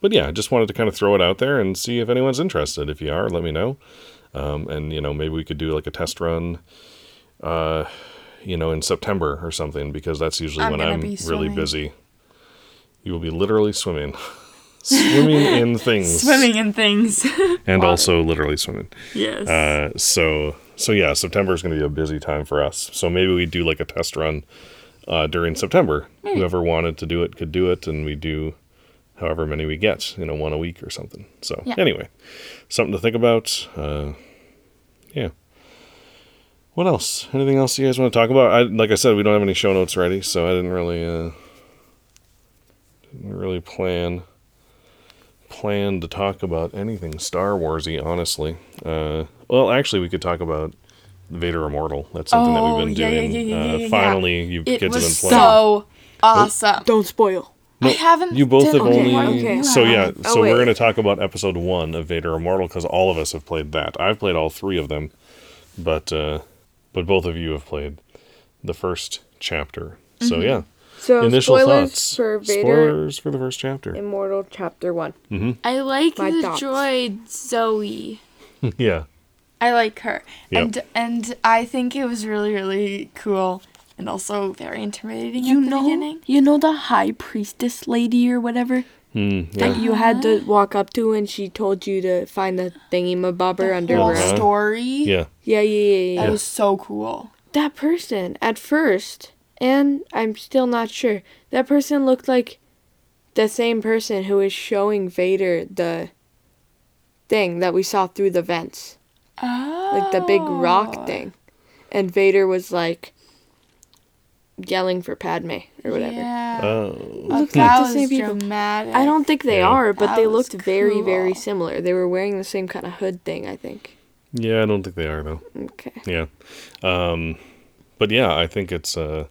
[SPEAKER 2] but yeah, I just wanted to kind of throw it out there and see if anyone's interested. If you are, let me know. Um, and you know, maybe we could do like a test run uh, you know, in September or something because that's usually
[SPEAKER 3] I'm
[SPEAKER 2] when
[SPEAKER 3] gonna
[SPEAKER 2] I'm
[SPEAKER 3] be
[SPEAKER 2] really
[SPEAKER 3] swimming.
[SPEAKER 2] busy. You will be literally swimming. swimming in things.
[SPEAKER 3] Swimming in things.
[SPEAKER 2] And also literally swimming.
[SPEAKER 3] yes.
[SPEAKER 2] Uh, so so yeah, September is going to be a busy time for us. So maybe we do like a test run uh, during September.
[SPEAKER 3] Hmm.
[SPEAKER 2] Whoever wanted to do it could do it and we do however many we get, you know, one a week or something. So
[SPEAKER 3] Yeah.
[SPEAKER 2] anyway, something to think about. Uh, yeah. What else? Anything else you guys want to talk about? I, like I said, we don't have any show notes ready, so I didn't really, uh, didn't really plan plan to talk about anything Star Warsy. Honestly, uh, well, actually, we could talk about Vader Immortal. That's something that
[SPEAKER 3] Oh,
[SPEAKER 2] we've been
[SPEAKER 3] yeah, yeah,
[SPEAKER 2] doing.
[SPEAKER 3] yeah, yeah, yeah,
[SPEAKER 2] uh,
[SPEAKER 3] yeah, yeah.
[SPEAKER 2] Finally, you
[SPEAKER 3] it
[SPEAKER 2] kids have
[SPEAKER 3] was
[SPEAKER 2] been playing.
[SPEAKER 3] so awesome.
[SPEAKER 1] Don't spoil.
[SPEAKER 2] No,
[SPEAKER 3] Oh, I haven't
[SPEAKER 2] You both
[SPEAKER 3] done-
[SPEAKER 2] have
[SPEAKER 3] Okay,
[SPEAKER 2] only.
[SPEAKER 1] one- okay.
[SPEAKER 2] So yeah,
[SPEAKER 1] Oh,
[SPEAKER 2] so we're
[SPEAKER 1] wait.
[SPEAKER 2] gonna talk about episode one of Vader Immortal because all of us have played that. I've played all three of them, but uh, but both of you have played the first chapter. So yeah,
[SPEAKER 1] Mm-hmm. So
[SPEAKER 2] initial
[SPEAKER 1] spoilers
[SPEAKER 2] thoughts.
[SPEAKER 1] for Vader
[SPEAKER 2] Spoilers for the first chapter.
[SPEAKER 1] Immortal Chapter One.
[SPEAKER 3] I like
[SPEAKER 1] My
[SPEAKER 3] the
[SPEAKER 1] thoughts.
[SPEAKER 3] droid Zoe.
[SPEAKER 2] yeah,
[SPEAKER 3] I like her.
[SPEAKER 2] Yep.
[SPEAKER 3] And and I think it was really, really cool and also very intimidating at the beginning.
[SPEAKER 1] you know the High Priestess lady or whatever
[SPEAKER 2] Mm, yeah.
[SPEAKER 1] that you had to walk up to, and she told you to find the thingy mabobber under
[SPEAKER 3] Whole
[SPEAKER 1] her.
[SPEAKER 2] Uh-huh.
[SPEAKER 3] story.
[SPEAKER 2] yeah,
[SPEAKER 1] Yeah, yeah, yeah, yeah.
[SPEAKER 3] That
[SPEAKER 1] yeah.
[SPEAKER 3] was so cool.
[SPEAKER 1] That person at first, and I'm still not sure. That person looked like the same person who is showing Vader the thing that we saw through the vents. like the big
[SPEAKER 3] Oh.
[SPEAKER 1] rock thing. And Vader was like yelling for Padme or whatever.
[SPEAKER 3] Yeah.
[SPEAKER 2] Oh,
[SPEAKER 3] Uh,
[SPEAKER 1] Looked
[SPEAKER 3] that
[SPEAKER 1] like the
[SPEAKER 3] was
[SPEAKER 1] same people.
[SPEAKER 3] dramatic.
[SPEAKER 1] I don't think they
[SPEAKER 2] Yeah.
[SPEAKER 1] are, but
[SPEAKER 3] That
[SPEAKER 1] they
[SPEAKER 3] was
[SPEAKER 1] looked very, very
[SPEAKER 3] cool.
[SPEAKER 1] similar. They were wearing the same kind of hood thing, I think.
[SPEAKER 2] yeah. I don't think they are though.
[SPEAKER 1] Okay.
[SPEAKER 2] Yeah. Um, but yeah, I think it's uh,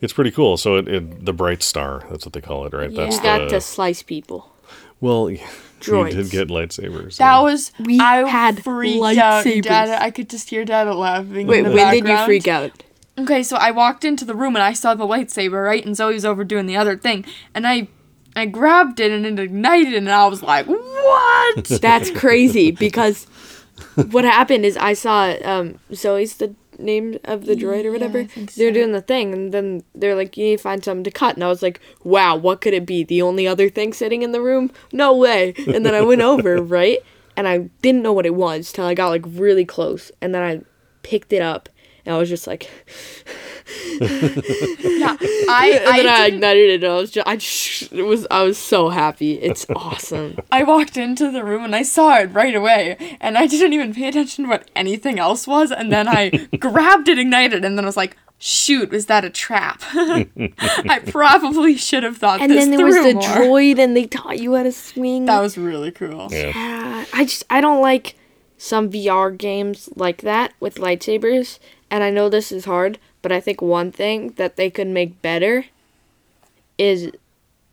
[SPEAKER 2] it's pretty cool. So it, it the bright star. That's what they call it, right?
[SPEAKER 3] Yeah.
[SPEAKER 2] That's
[SPEAKER 1] You got
[SPEAKER 2] the
[SPEAKER 1] to slice people.
[SPEAKER 2] well. Yeah,
[SPEAKER 1] Droids.
[SPEAKER 2] We did get lightsabers.
[SPEAKER 3] That was
[SPEAKER 1] We
[SPEAKER 3] I
[SPEAKER 1] had
[SPEAKER 3] freaked out.
[SPEAKER 1] lightsabers.
[SPEAKER 3] Dada, I could just hear Dada laughing.
[SPEAKER 1] Wait,
[SPEAKER 3] in the
[SPEAKER 1] when did you
[SPEAKER 3] background.
[SPEAKER 1] freak out?
[SPEAKER 3] Okay, so I walked into the room and I saw the lightsaber, right? And Zoe was over doing the other thing, and I, I grabbed it and it ignited, and I was like, "What?"
[SPEAKER 1] That's crazy because what happened is I saw um, Zoe's the name of the droid or whatever.
[SPEAKER 3] I think
[SPEAKER 1] They're
[SPEAKER 3] so.
[SPEAKER 1] doing the thing, and then they're like, "You need to find something to cut." And I was like, "Wow, what could it be? The only other thing sitting in the room? No way!" And then I went over right, and I didn't know what it was till I got like really close, and then I picked it up, and I was just like,
[SPEAKER 3] yeah, I,
[SPEAKER 1] and then I,
[SPEAKER 3] I, didn't-
[SPEAKER 1] ignited it. And I was just, I just, it was, I was so happy. It's awesome.
[SPEAKER 3] I walked into the room and I saw it right away, and I didn't even pay attention to what anything else was, and then I grabbed it, ignited, and then I was like. Shoot, was that a trap? I probably should have thought
[SPEAKER 1] And
[SPEAKER 3] this
[SPEAKER 1] then there was
[SPEAKER 3] through
[SPEAKER 1] the
[SPEAKER 3] more.
[SPEAKER 1] droid, and they taught you how to swing.
[SPEAKER 3] that was really cool.
[SPEAKER 2] yeah.
[SPEAKER 1] Uh, I just I don't like some VR games like that with lightsabers, and I know this is hard, but I think one thing that they could make better is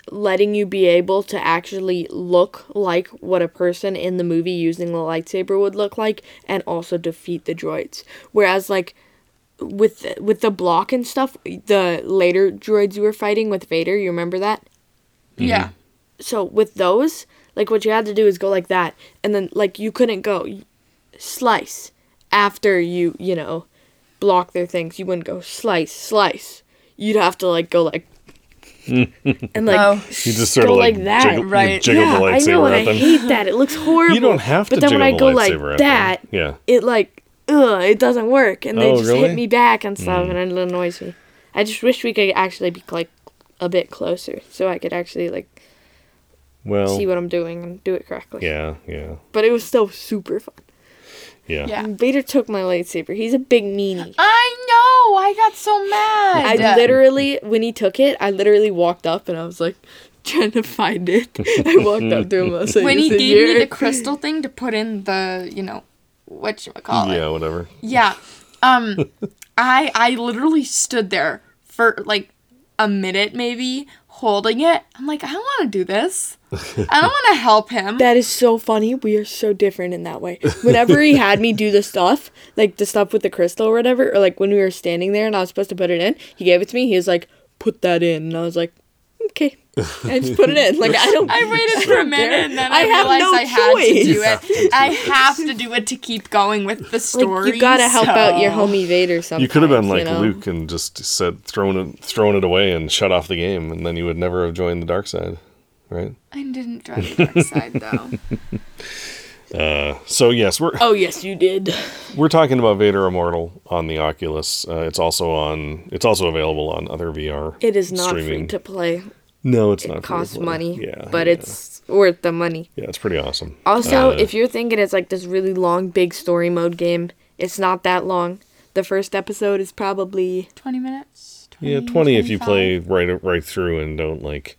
[SPEAKER 1] letting you be able to actually look like what a person in the movie using the lightsaber would look like and also defeat the droids. Whereas like with with the block and stuff, the later droids you were fighting with Vader, you remember that?
[SPEAKER 3] Yeah.
[SPEAKER 1] so with those, like what you had to do is go like that, and then like you couldn't go y- slice after you you know block their things. You wouldn't go slice slice. You'd have to like go like and like
[SPEAKER 3] Oh.
[SPEAKER 2] You just sort of
[SPEAKER 1] go
[SPEAKER 2] like,
[SPEAKER 1] like that,
[SPEAKER 2] jiggle, you
[SPEAKER 3] right.
[SPEAKER 2] jiggle
[SPEAKER 1] yeah,
[SPEAKER 2] the
[SPEAKER 1] I
[SPEAKER 2] lightsaber
[SPEAKER 1] know, and
[SPEAKER 2] at
[SPEAKER 1] I
[SPEAKER 2] them.
[SPEAKER 1] hate that. It looks horrible.
[SPEAKER 2] You don't have to
[SPEAKER 1] But then
[SPEAKER 2] jiggle
[SPEAKER 1] when I
[SPEAKER 2] the
[SPEAKER 1] go
[SPEAKER 2] lightsaber
[SPEAKER 1] like
[SPEAKER 2] at them.
[SPEAKER 1] that,
[SPEAKER 2] Yeah.
[SPEAKER 1] it like ugh, it doesn't work, and they
[SPEAKER 2] Oh,
[SPEAKER 1] just
[SPEAKER 2] really? Mm.
[SPEAKER 1] hit me back and stuff, and it annoys me. I just wish we could actually be like a bit closer, so I could actually like
[SPEAKER 2] Well. Oh.
[SPEAKER 1] see what I'm doing and do it correctly.
[SPEAKER 2] yeah. Yeah.
[SPEAKER 1] But it was still super fun.
[SPEAKER 2] Yeah.
[SPEAKER 3] Yeah.
[SPEAKER 1] Vader took my lightsaber. He's a big meanie.
[SPEAKER 3] I know. I got so mad.
[SPEAKER 1] I literally, when he took it, I literally walked up and I was like, trying to find it. I walked up to him. I was like,
[SPEAKER 3] when he
[SPEAKER 1] "Is
[SPEAKER 3] gave
[SPEAKER 1] it
[SPEAKER 3] me
[SPEAKER 1] yours?"
[SPEAKER 3] the crystal thing to put in the, you know, what you call it.
[SPEAKER 2] Yeah, whatever.
[SPEAKER 3] Yeah. Um I I literally stood there for like a minute maybe holding it. I'm like, I don't wanna do this. I don't wanna help him.
[SPEAKER 1] That is so funny. We are so different in that way. Whenever he had me do the stuff, like the stuff with the crystal or whatever, or like when we were standing there and I was supposed to put it in, he gave it to me. He was like, "Put that in," and I was like, "Okay," I just put it in. Like I don't.
[SPEAKER 3] I waited for a minute and then I,
[SPEAKER 1] I have
[SPEAKER 3] realized
[SPEAKER 1] no
[SPEAKER 3] I had to do
[SPEAKER 1] choice.
[SPEAKER 3] it. I have to do it to keep going with the story.
[SPEAKER 1] like, you gotta help
[SPEAKER 3] so-
[SPEAKER 1] out your homie Vader. Sometimes
[SPEAKER 2] You could have been like
[SPEAKER 1] know?
[SPEAKER 2] Luke and just said thrown it thrown it away and shut off the game, and then you would never have joined the dark side, right?
[SPEAKER 3] I didn't drive the dark side though.
[SPEAKER 2] Uh, So yes, we're
[SPEAKER 1] Oh yes, you did.
[SPEAKER 2] we're talking about Vader Immortal on the Oculus. Uh, it's also on. It's also available on other VR.
[SPEAKER 1] It is not free
[SPEAKER 2] streaming.
[SPEAKER 1] to play.
[SPEAKER 2] No, it's not.
[SPEAKER 1] It
[SPEAKER 2] free to
[SPEAKER 1] costs
[SPEAKER 2] play.
[SPEAKER 1] money.
[SPEAKER 2] Yeah,
[SPEAKER 1] but
[SPEAKER 2] yeah.
[SPEAKER 1] it's worth the money.
[SPEAKER 2] yeah, it's pretty awesome.
[SPEAKER 1] Also,
[SPEAKER 2] Uh,
[SPEAKER 1] if you're thinking it's like this really long, big story mode game, it's not that long. The first episode is probably
[SPEAKER 3] Twenty minutes?
[SPEAKER 2] yeah, twenty if you
[SPEAKER 3] 25?
[SPEAKER 2] play right right through and don't like.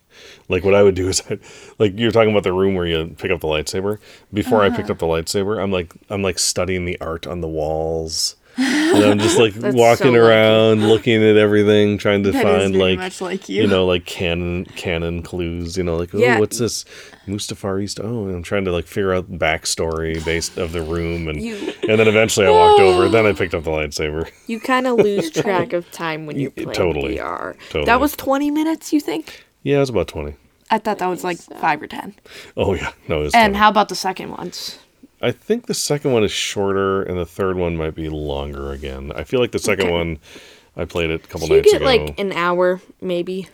[SPEAKER 2] Like what I would do is, I, like you're talking about the room where you pick up the lightsaber. Before I picked up the lightsaber, I'm like I'm like studying the art on the walls, and I'm just like walking
[SPEAKER 1] so lucky.
[SPEAKER 2] around, looking at everything, trying to
[SPEAKER 3] That is
[SPEAKER 2] find
[SPEAKER 3] very
[SPEAKER 2] like
[SPEAKER 3] much like
[SPEAKER 2] you.
[SPEAKER 3] you.
[SPEAKER 2] know like canon canon clues. You know like oh
[SPEAKER 1] Yeah.
[SPEAKER 2] what's this Mustafar East? Oh, and I'm trying to like figure out backstory based of the room, and
[SPEAKER 1] You-
[SPEAKER 2] and then eventually I walked over. Then I picked up the lightsaber.
[SPEAKER 1] you kind of lose track of time when you're
[SPEAKER 2] Y-
[SPEAKER 1] playing
[SPEAKER 2] totally.
[SPEAKER 1] VR.
[SPEAKER 2] Totally.
[SPEAKER 1] That was 20 minutes, you think?
[SPEAKER 2] Yeah, it was about twenty.
[SPEAKER 4] I thought that was like five or ten.
[SPEAKER 2] Oh yeah, no, it was
[SPEAKER 4] And
[SPEAKER 2] 20.
[SPEAKER 4] how about the second ones?
[SPEAKER 2] I think the second one is shorter, and the third one might be longer again. I feel like the second one, I played it a couple
[SPEAKER 1] So you
[SPEAKER 2] nights
[SPEAKER 1] get
[SPEAKER 2] ago.
[SPEAKER 1] like an hour, maybe.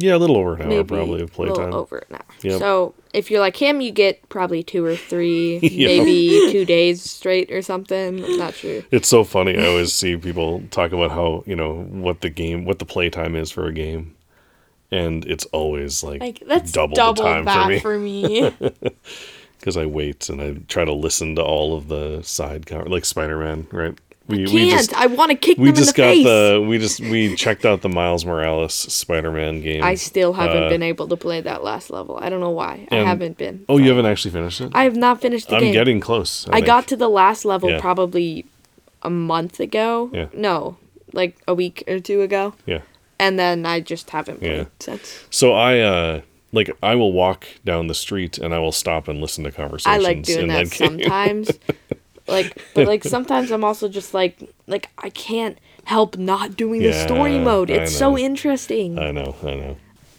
[SPEAKER 2] yeah, a little over an hour
[SPEAKER 1] Maybe
[SPEAKER 2] probably of
[SPEAKER 1] a
[SPEAKER 2] playtime.
[SPEAKER 1] little over an hour.
[SPEAKER 2] Yep.
[SPEAKER 1] So if you're like him, you get probably two or three,
[SPEAKER 2] Yeah.
[SPEAKER 1] maybe two days straight or something. I'm not sure.
[SPEAKER 2] It's so funny. I always see people talk about how you know what the game, what the playtime is for a game, and it's always like,
[SPEAKER 1] Like that's
[SPEAKER 2] double,
[SPEAKER 1] double,
[SPEAKER 2] the time
[SPEAKER 1] that
[SPEAKER 2] for me
[SPEAKER 1] for me.
[SPEAKER 2] because I wait and I try to listen to all of the side con- like Spider Man, right? We
[SPEAKER 1] Can't. I want to kick
[SPEAKER 2] we
[SPEAKER 1] them
[SPEAKER 2] just
[SPEAKER 1] in the
[SPEAKER 2] got
[SPEAKER 1] face.
[SPEAKER 2] the we just we checked out the Miles Morales Spider Man game.
[SPEAKER 1] I still haven't
[SPEAKER 2] uh,
[SPEAKER 1] been able to play that last level. I don't know why. I
[SPEAKER 2] and-
[SPEAKER 1] haven't been.
[SPEAKER 2] Oh, you haven't actually finished it.
[SPEAKER 1] I have not finished the
[SPEAKER 2] I'm
[SPEAKER 1] game.
[SPEAKER 2] getting close.
[SPEAKER 1] I
[SPEAKER 2] think.
[SPEAKER 1] got to the last level
[SPEAKER 2] Yeah.
[SPEAKER 1] probably a month ago.
[SPEAKER 2] Yeah.
[SPEAKER 1] No, like a week or two ago.
[SPEAKER 2] yeah.
[SPEAKER 1] And then I just haven't played
[SPEAKER 2] Yeah.
[SPEAKER 1] since.
[SPEAKER 2] So I uh like I will walk down the street and I will stop and listen to conversations.
[SPEAKER 1] I like doing
[SPEAKER 2] in
[SPEAKER 1] that
[SPEAKER 2] game.
[SPEAKER 1] sometimes. like but like sometimes I'm also just like like I can't help not doing the story
[SPEAKER 2] Yeah,
[SPEAKER 1] mode.
[SPEAKER 2] I
[SPEAKER 1] It's so
[SPEAKER 2] know.
[SPEAKER 1] interesting.
[SPEAKER 2] I know, I know.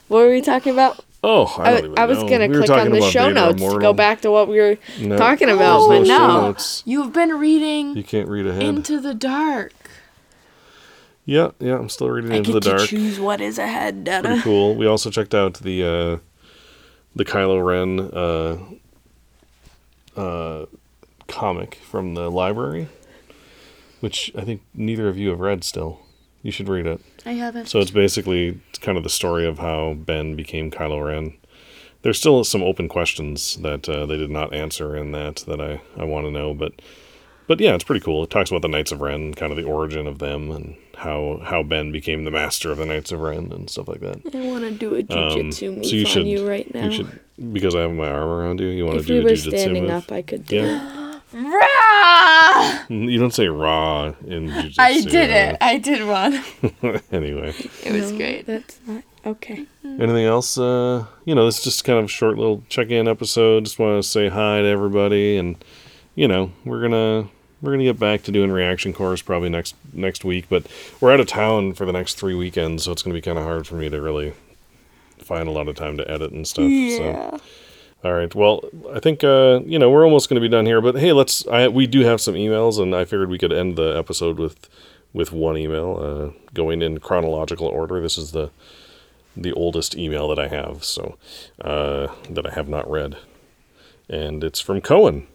[SPEAKER 1] what were we talking about?
[SPEAKER 2] Oh, I,
[SPEAKER 1] I,
[SPEAKER 2] don't even
[SPEAKER 1] I was
[SPEAKER 2] know.
[SPEAKER 1] gonna
[SPEAKER 2] We were
[SPEAKER 1] click
[SPEAKER 2] talking
[SPEAKER 1] on the
[SPEAKER 2] about
[SPEAKER 1] show
[SPEAKER 2] Vader
[SPEAKER 1] notes to
[SPEAKER 2] Immortal.
[SPEAKER 1] go back to what we were
[SPEAKER 2] No.
[SPEAKER 1] talking about,
[SPEAKER 2] There's
[SPEAKER 1] but
[SPEAKER 2] no show
[SPEAKER 1] no.
[SPEAKER 2] notes.
[SPEAKER 3] You've been
[SPEAKER 2] You
[SPEAKER 3] reading
[SPEAKER 2] can't read ahead.
[SPEAKER 3] Into the Dark.
[SPEAKER 2] yeah, yeah, I'm still reading
[SPEAKER 1] I
[SPEAKER 2] Into the
[SPEAKER 1] get to
[SPEAKER 2] Dark.
[SPEAKER 1] choose what is ahead,
[SPEAKER 2] Pretty
[SPEAKER 1] Dada.
[SPEAKER 2] cool. We also checked out the uh the Kylo Ren uh uh comic from the library. Which I think neither of you have read still. You should read it.
[SPEAKER 3] I haven't.
[SPEAKER 2] So it's basically kind of the story of how Ben became Kylo Ren. There's still some open questions that uh, they did not answer in that that I, I want to know, but but yeah, it's pretty cool. It talks about the Knights of Ren, kind of the origin of them, and how how Ben became the master of the Knights of Ren and stuff like that.
[SPEAKER 1] I want to do a
[SPEAKER 2] Um,
[SPEAKER 1] jujitsu move on you right now.
[SPEAKER 2] you should because I have my arm around you. You want to
[SPEAKER 1] if
[SPEAKER 2] do
[SPEAKER 1] we
[SPEAKER 2] a
[SPEAKER 1] were
[SPEAKER 2] jujitsu
[SPEAKER 1] standing
[SPEAKER 2] move?
[SPEAKER 1] up, I could do it.
[SPEAKER 2] yeah,
[SPEAKER 3] Rah!
[SPEAKER 2] you don't say raw in jujitsu.
[SPEAKER 3] I did it.
[SPEAKER 2] uh,
[SPEAKER 3] I did one.
[SPEAKER 2] it. anyway,
[SPEAKER 3] It was great.
[SPEAKER 1] That's not okay.
[SPEAKER 2] Anything else? Uh, you know, this is just kind of a short little check-in episode. Just want to say hi to everybody, and you know, we're gonna we're gonna get back to doing reaction cores probably next next week. But we're out of town for the next three weekends, so it's gonna be kind of hard for me to really find a lot of time to edit and stuff. So. All right. Well, I think uh, you know we're almost going to be done here, but hey, let's. I, we do have some emails, and I figured we could end the episode with with one email uh, going in chronological order. This is the the oldest email that I have, so uh, that I have not read, and it's from Cohen.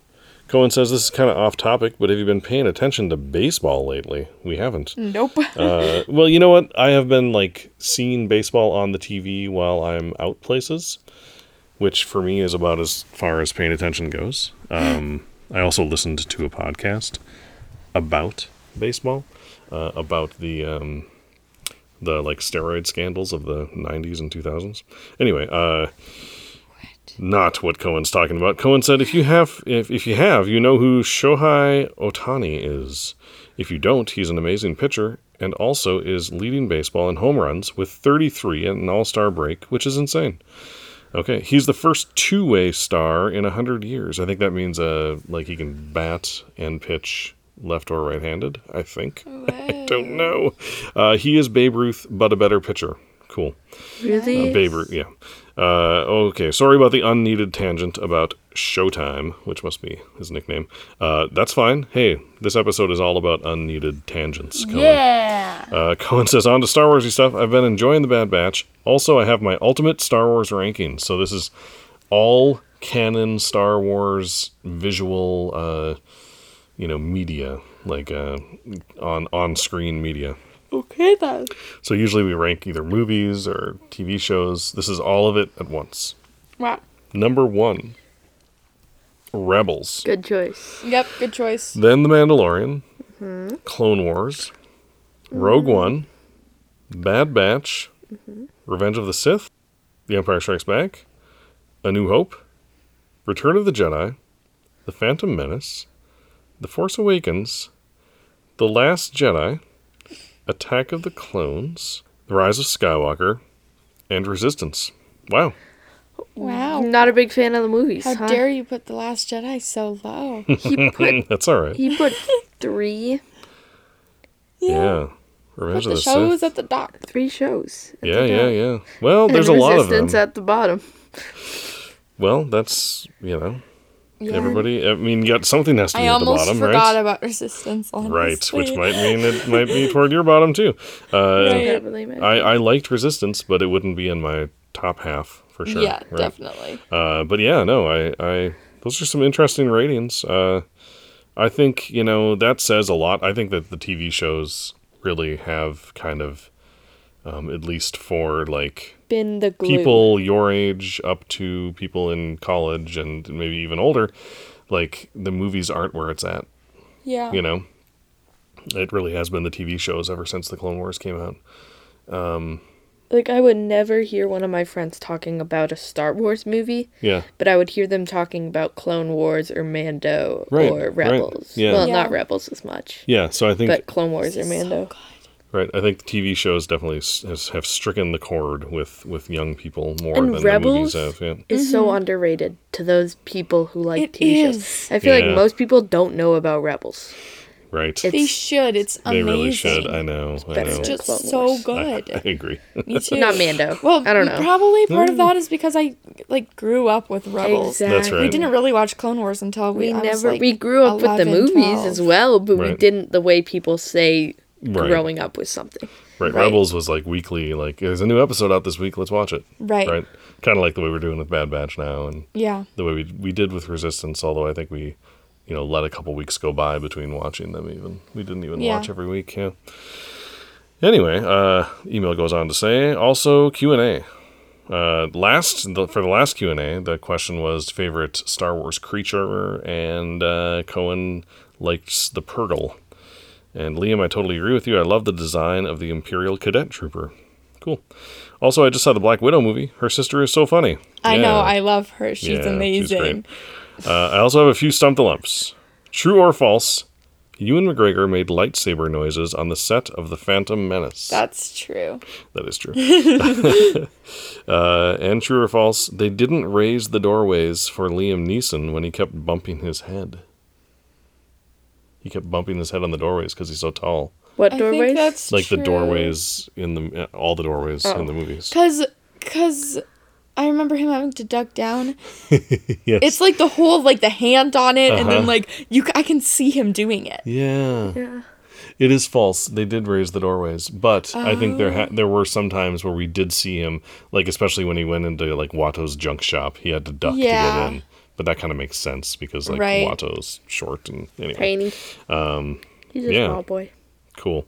[SPEAKER 2] Cohen says this is kind of off topic, but have you been paying attention to baseball lately? We haven't.
[SPEAKER 3] Nope.
[SPEAKER 2] Uh, well, you know what? I have been like seeing baseball on the TV while I'm out places, which for me is about as far as paying attention goes. Um, I also listened to a podcast about baseball, uh, about the um, the like steroid scandals of the '90s and 2000s. Anyway, uh, not what Cohen's talking about. Cohen said, "If you have, if, if you have, you know who Shohei Otani is. If you don't, he's an amazing pitcher." And also is leading baseball in home runs with 33 at an All Star break, which is insane. Okay, he's the first two-way star in hundred years. I think that means uh, like he can bat and pitch left or right-handed. I think. I don't know. Uh, he is Babe Ruth, but a better pitcher. Cool.
[SPEAKER 1] Really?
[SPEAKER 2] Uh, Babe Ruth. Yeah. Uh, okay. Sorry about the unneeded tangent about Showtime, which must be his nickname. Uh, that's fine. Hey, this episode is all about unneeded tangents. Cohen.
[SPEAKER 3] Yeah.
[SPEAKER 2] Uh, Cohen says, on to Star Warsy stuff. I've been enjoying the Bad Batch. Also, I have my ultimate Star Wars rankings. So this is all canon Star Wars visual, uh, you know, media, like uh, on on screen media.
[SPEAKER 3] Okay then.
[SPEAKER 2] So usually we rank either movies or TV shows. This is all of it at once.
[SPEAKER 3] Wow.
[SPEAKER 2] Number one, Rebels.
[SPEAKER 1] Good choice. Mm-hmm.
[SPEAKER 3] Yep. Good choice.
[SPEAKER 2] Then The Mandalorian, Clone Wars, Rogue One, Bad Batch, Revenge of the Sith, The Empire Strikes Back, A New Hope, Return of the Jedi, The Phantom Menace, The Force Awakens, The Last Jedi, Attack of the Clones, The Rise of Skywalker, and Resistance. Wow.
[SPEAKER 3] Wow.
[SPEAKER 1] Not a big fan of the movies.
[SPEAKER 3] Oh. How
[SPEAKER 1] huh?
[SPEAKER 3] dare you put the Last Jedi so low?
[SPEAKER 1] he put
[SPEAKER 2] That's all right.
[SPEAKER 1] he put three
[SPEAKER 2] Yeah. Revenge of
[SPEAKER 3] But
[SPEAKER 2] the,
[SPEAKER 3] the show was
[SPEAKER 2] Sith.
[SPEAKER 3] at the dock.
[SPEAKER 1] three shows. at
[SPEAKER 2] Yeah,
[SPEAKER 1] the
[SPEAKER 2] yeah,
[SPEAKER 1] top.
[SPEAKER 2] yeah. Well, there's a
[SPEAKER 1] and
[SPEAKER 2] lot of them.
[SPEAKER 1] resistance at the bottom.
[SPEAKER 2] Well, that's you know
[SPEAKER 3] Yeah.
[SPEAKER 2] everybody. I mean, yet something has to be
[SPEAKER 3] I
[SPEAKER 2] at the
[SPEAKER 3] almost
[SPEAKER 2] bottom,
[SPEAKER 3] forgot
[SPEAKER 2] right?
[SPEAKER 3] about Resistance. Honestly.
[SPEAKER 2] Right, which might mean it might be toward your bottom too. Uh,
[SPEAKER 3] Right.
[SPEAKER 1] Not really meant.
[SPEAKER 2] I I liked Resistance, but it wouldn't be in my top half for sure.
[SPEAKER 3] yeah,
[SPEAKER 2] right?
[SPEAKER 3] definitely.
[SPEAKER 2] Uh, but yeah, no, I I those are some interesting ratings. Uh, I think you know that says a lot. I think that the TV shows really have kind of. Um, at least for like
[SPEAKER 3] Been the glue.
[SPEAKER 2] people your age up to people in college and maybe even older like the movies aren't where it's at
[SPEAKER 3] Yeah.
[SPEAKER 2] you know it really has been the tv shows ever since the clone wars came out
[SPEAKER 1] Like I would never hear one of my friends talking about a Star Wars movie,
[SPEAKER 2] yeah
[SPEAKER 1] but I would hear them talking about Clone Wars or Mando
[SPEAKER 2] Right,
[SPEAKER 1] or
[SPEAKER 2] right,
[SPEAKER 1] Rebels.
[SPEAKER 2] yeah.
[SPEAKER 1] Well,
[SPEAKER 3] Yeah.
[SPEAKER 1] not Rebels as much,
[SPEAKER 2] yeah so i think
[SPEAKER 1] but Clone Wars or Mando.
[SPEAKER 2] right i think the tv shows definitely s- has, have stricken the chord with with young people more
[SPEAKER 1] And
[SPEAKER 2] than
[SPEAKER 1] Rebels?
[SPEAKER 2] the movies have yeah
[SPEAKER 1] is so underrated to those people who like
[SPEAKER 3] It
[SPEAKER 1] TV
[SPEAKER 3] is.
[SPEAKER 1] shows. I feel
[SPEAKER 2] Yeah.
[SPEAKER 1] like most people don't know about Rebels.
[SPEAKER 2] right
[SPEAKER 1] It's-
[SPEAKER 3] They should. It's
[SPEAKER 2] they
[SPEAKER 3] amazing.
[SPEAKER 2] really should i know i
[SPEAKER 1] better
[SPEAKER 2] know
[SPEAKER 1] than
[SPEAKER 3] Just
[SPEAKER 1] Clone
[SPEAKER 3] so
[SPEAKER 1] Wars.
[SPEAKER 2] I
[SPEAKER 3] good.
[SPEAKER 2] agree
[SPEAKER 3] Me too.
[SPEAKER 1] Not Mando.
[SPEAKER 3] Well,
[SPEAKER 1] I don't know.
[SPEAKER 3] Probably part of that is because I like grew up with Rebels.
[SPEAKER 1] Hmm. exactly.
[SPEAKER 2] That's right.
[SPEAKER 3] We didn't really watch Clone Wars until we,
[SPEAKER 1] We
[SPEAKER 3] I was,
[SPEAKER 1] never
[SPEAKER 3] like,
[SPEAKER 1] we grew up with the
[SPEAKER 3] 11,
[SPEAKER 1] movies
[SPEAKER 3] 12.
[SPEAKER 1] as well, but we
[SPEAKER 2] Right.
[SPEAKER 1] didn't the way people say
[SPEAKER 2] Right.
[SPEAKER 1] growing up with something.
[SPEAKER 2] right,
[SPEAKER 3] Right.
[SPEAKER 2] rebels was like weekly like there's a new episode out this week let's watch it
[SPEAKER 3] Right.
[SPEAKER 2] right kind of like the way we're doing with bad batch now and
[SPEAKER 3] Yeah.
[SPEAKER 2] the way we we did with Resistance. Although I think we, you know, let a couple weeks go by between watching them. Even we didn't even
[SPEAKER 3] Yeah.
[SPEAKER 2] watch every week. Yeah. Anyway, uh, email goes on to say also Q and A. Uh, last the, for the last Q and A, the question was favorite Star Wars creature, and uh, Cohen likes the Purgle. And Liam, I totally agree with you. I love the design of the Imperial Cadet Trooper. Cool. Also, I just saw the Black Widow movie. Her sister is so funny.
[SPEAKER 3] I know.
[SPEAKER 2] Yeah.
[SPEAKER 3] I love her. She's
[SPEAKER 2] she's
[SPEAKER 3] amazing.
[SPEAKER 2] great. Uh, I also have a few stump the lumps. True or false? Ewan McGregor made lightsaber noises on the set of The Phantom Menace.
[SPEAKER 3] That's true.
[SPEAKER 2] that is true. uh, and true or false? They didn't raise the doorways for Liam Neeson when he kept bumping his head. He kept bumping his head on the doorways because he's so tall.
[SPEAKER 1] What
[SPEAKER 3] I
[SPEAKER 1] doorways?
[SPEAKER 3] think that's
[SPEAKER 2] Like the doorways in the all the doorways in the
[SPEAKER 3] Oh.
[SPEAKER 2] movies.
[SPEAKER 3] Cause, cause, I remember him having to duck down.
[SPEAKER 2] Yes.
[SPEAKER 3] It's like the whole like the hand on it, and
[SPEAKER 2] Uh-huh.
[SPEAKER 3] then like you, c- I can see him doing it.
[SPEAKER 2] Yeah.
[SPEAKER 1] Yeah.
[SPEAKER 2] It is false. They did raise the doorways, but I think there
[SPEAKER 3] Oh.
[SPEAKER 2] ha- there were some times where we did see him, like especially when he went into like Watto's junk shop, he had to duck
[SPEAKER 3] Yeah.
[SPEAKER 2] to get in. But that kind of makes sense because like
[SPEAKER 3] Right.
[SPEAKER 2] Watto's short and anyway,
[SPEAKER 1] Tiny. Um He's a
[SPEAKER 2] yeah.
[SPEAKER 1] small boy.
[SPEAKER 2] cool.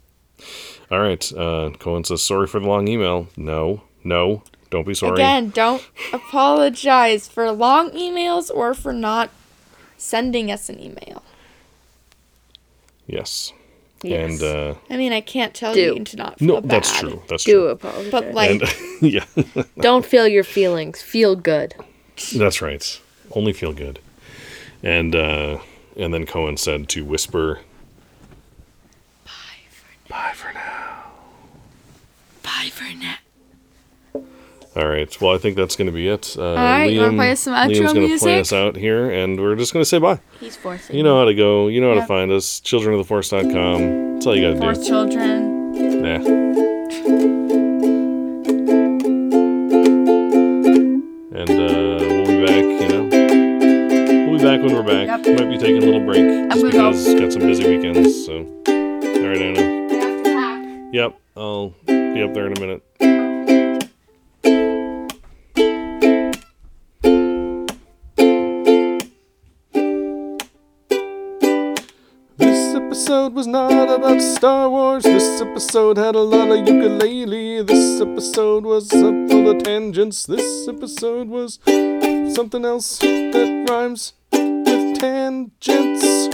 [SPEAKER 2] All right, uh, Cohen says sorry for the long email. No, no, don't be sorry.
[SPEAKER 3] Again, don't apologize for long emails or for not sending us an email.
[SPEAKER 2] Yes.
[SPEAKER 5] Yes.
[SPEAKER 2] And uh,
[SPEAKER 3] I mean, I can't tell
[SPEAKER 5] Do.
[SPEAKER 3] you to not feel
[SPEAKER 2] no,
[SPEAKER 3] bad.
[SPEAKER 2] that's true. That's
[SPEAKER 5] Do
[SPEAKER 2] true.
[SPEAKER 5] apologize.
[SPEAKER 3] But like,
[SPEAKER 2] And yeah,
[SPEAKER 5] don't feel your feelings. Feel good.
[SPEAKER 2] that's right. Only feel good. And uh, and then Cohen said to whisper. Bye for now.
[SPEAKER 3] bye for now.
[SPEAKER 2] All right. Well, I think that's going to be it. Uh, All
[SPEAKER 3] right, you wanna play us some outro
[SPEAKER 2] Liam's gonna play
[SPEAKER 3] music?
[SPEAKER 2] us out here, and we're just going to say bye.
[SPEAKER 1] He's forcing.
[SPEAKER 2] You know how to go. You know how to
[SPEAKER 3] Yep.
[SPEAKER 2] find us. Childrenoftheforest.com. That's all you got to do.
[SPEAKER 3] Fourth children.
[SPEAKER 2] Nah. And uh, we'll be back, you know. We'll be back when we're back.
[SPEAKER 3] Yep.
[SPEAKER 2] Might be taking a little break just
[SPEAKER 3] we will.
[SPEAKER 2] because it's got some busy weekends. So, all right, Anna. Yep, I'll be up there in a minute. This episode was not about Star Wars. This episode had a lot of ukulele. This episode was uh, full of tangents. This episode was something else that rhymes with tangents.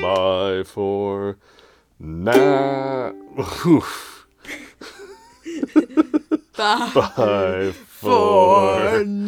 [SPEAKER 2] Bye for now. Oof. Bye for, now.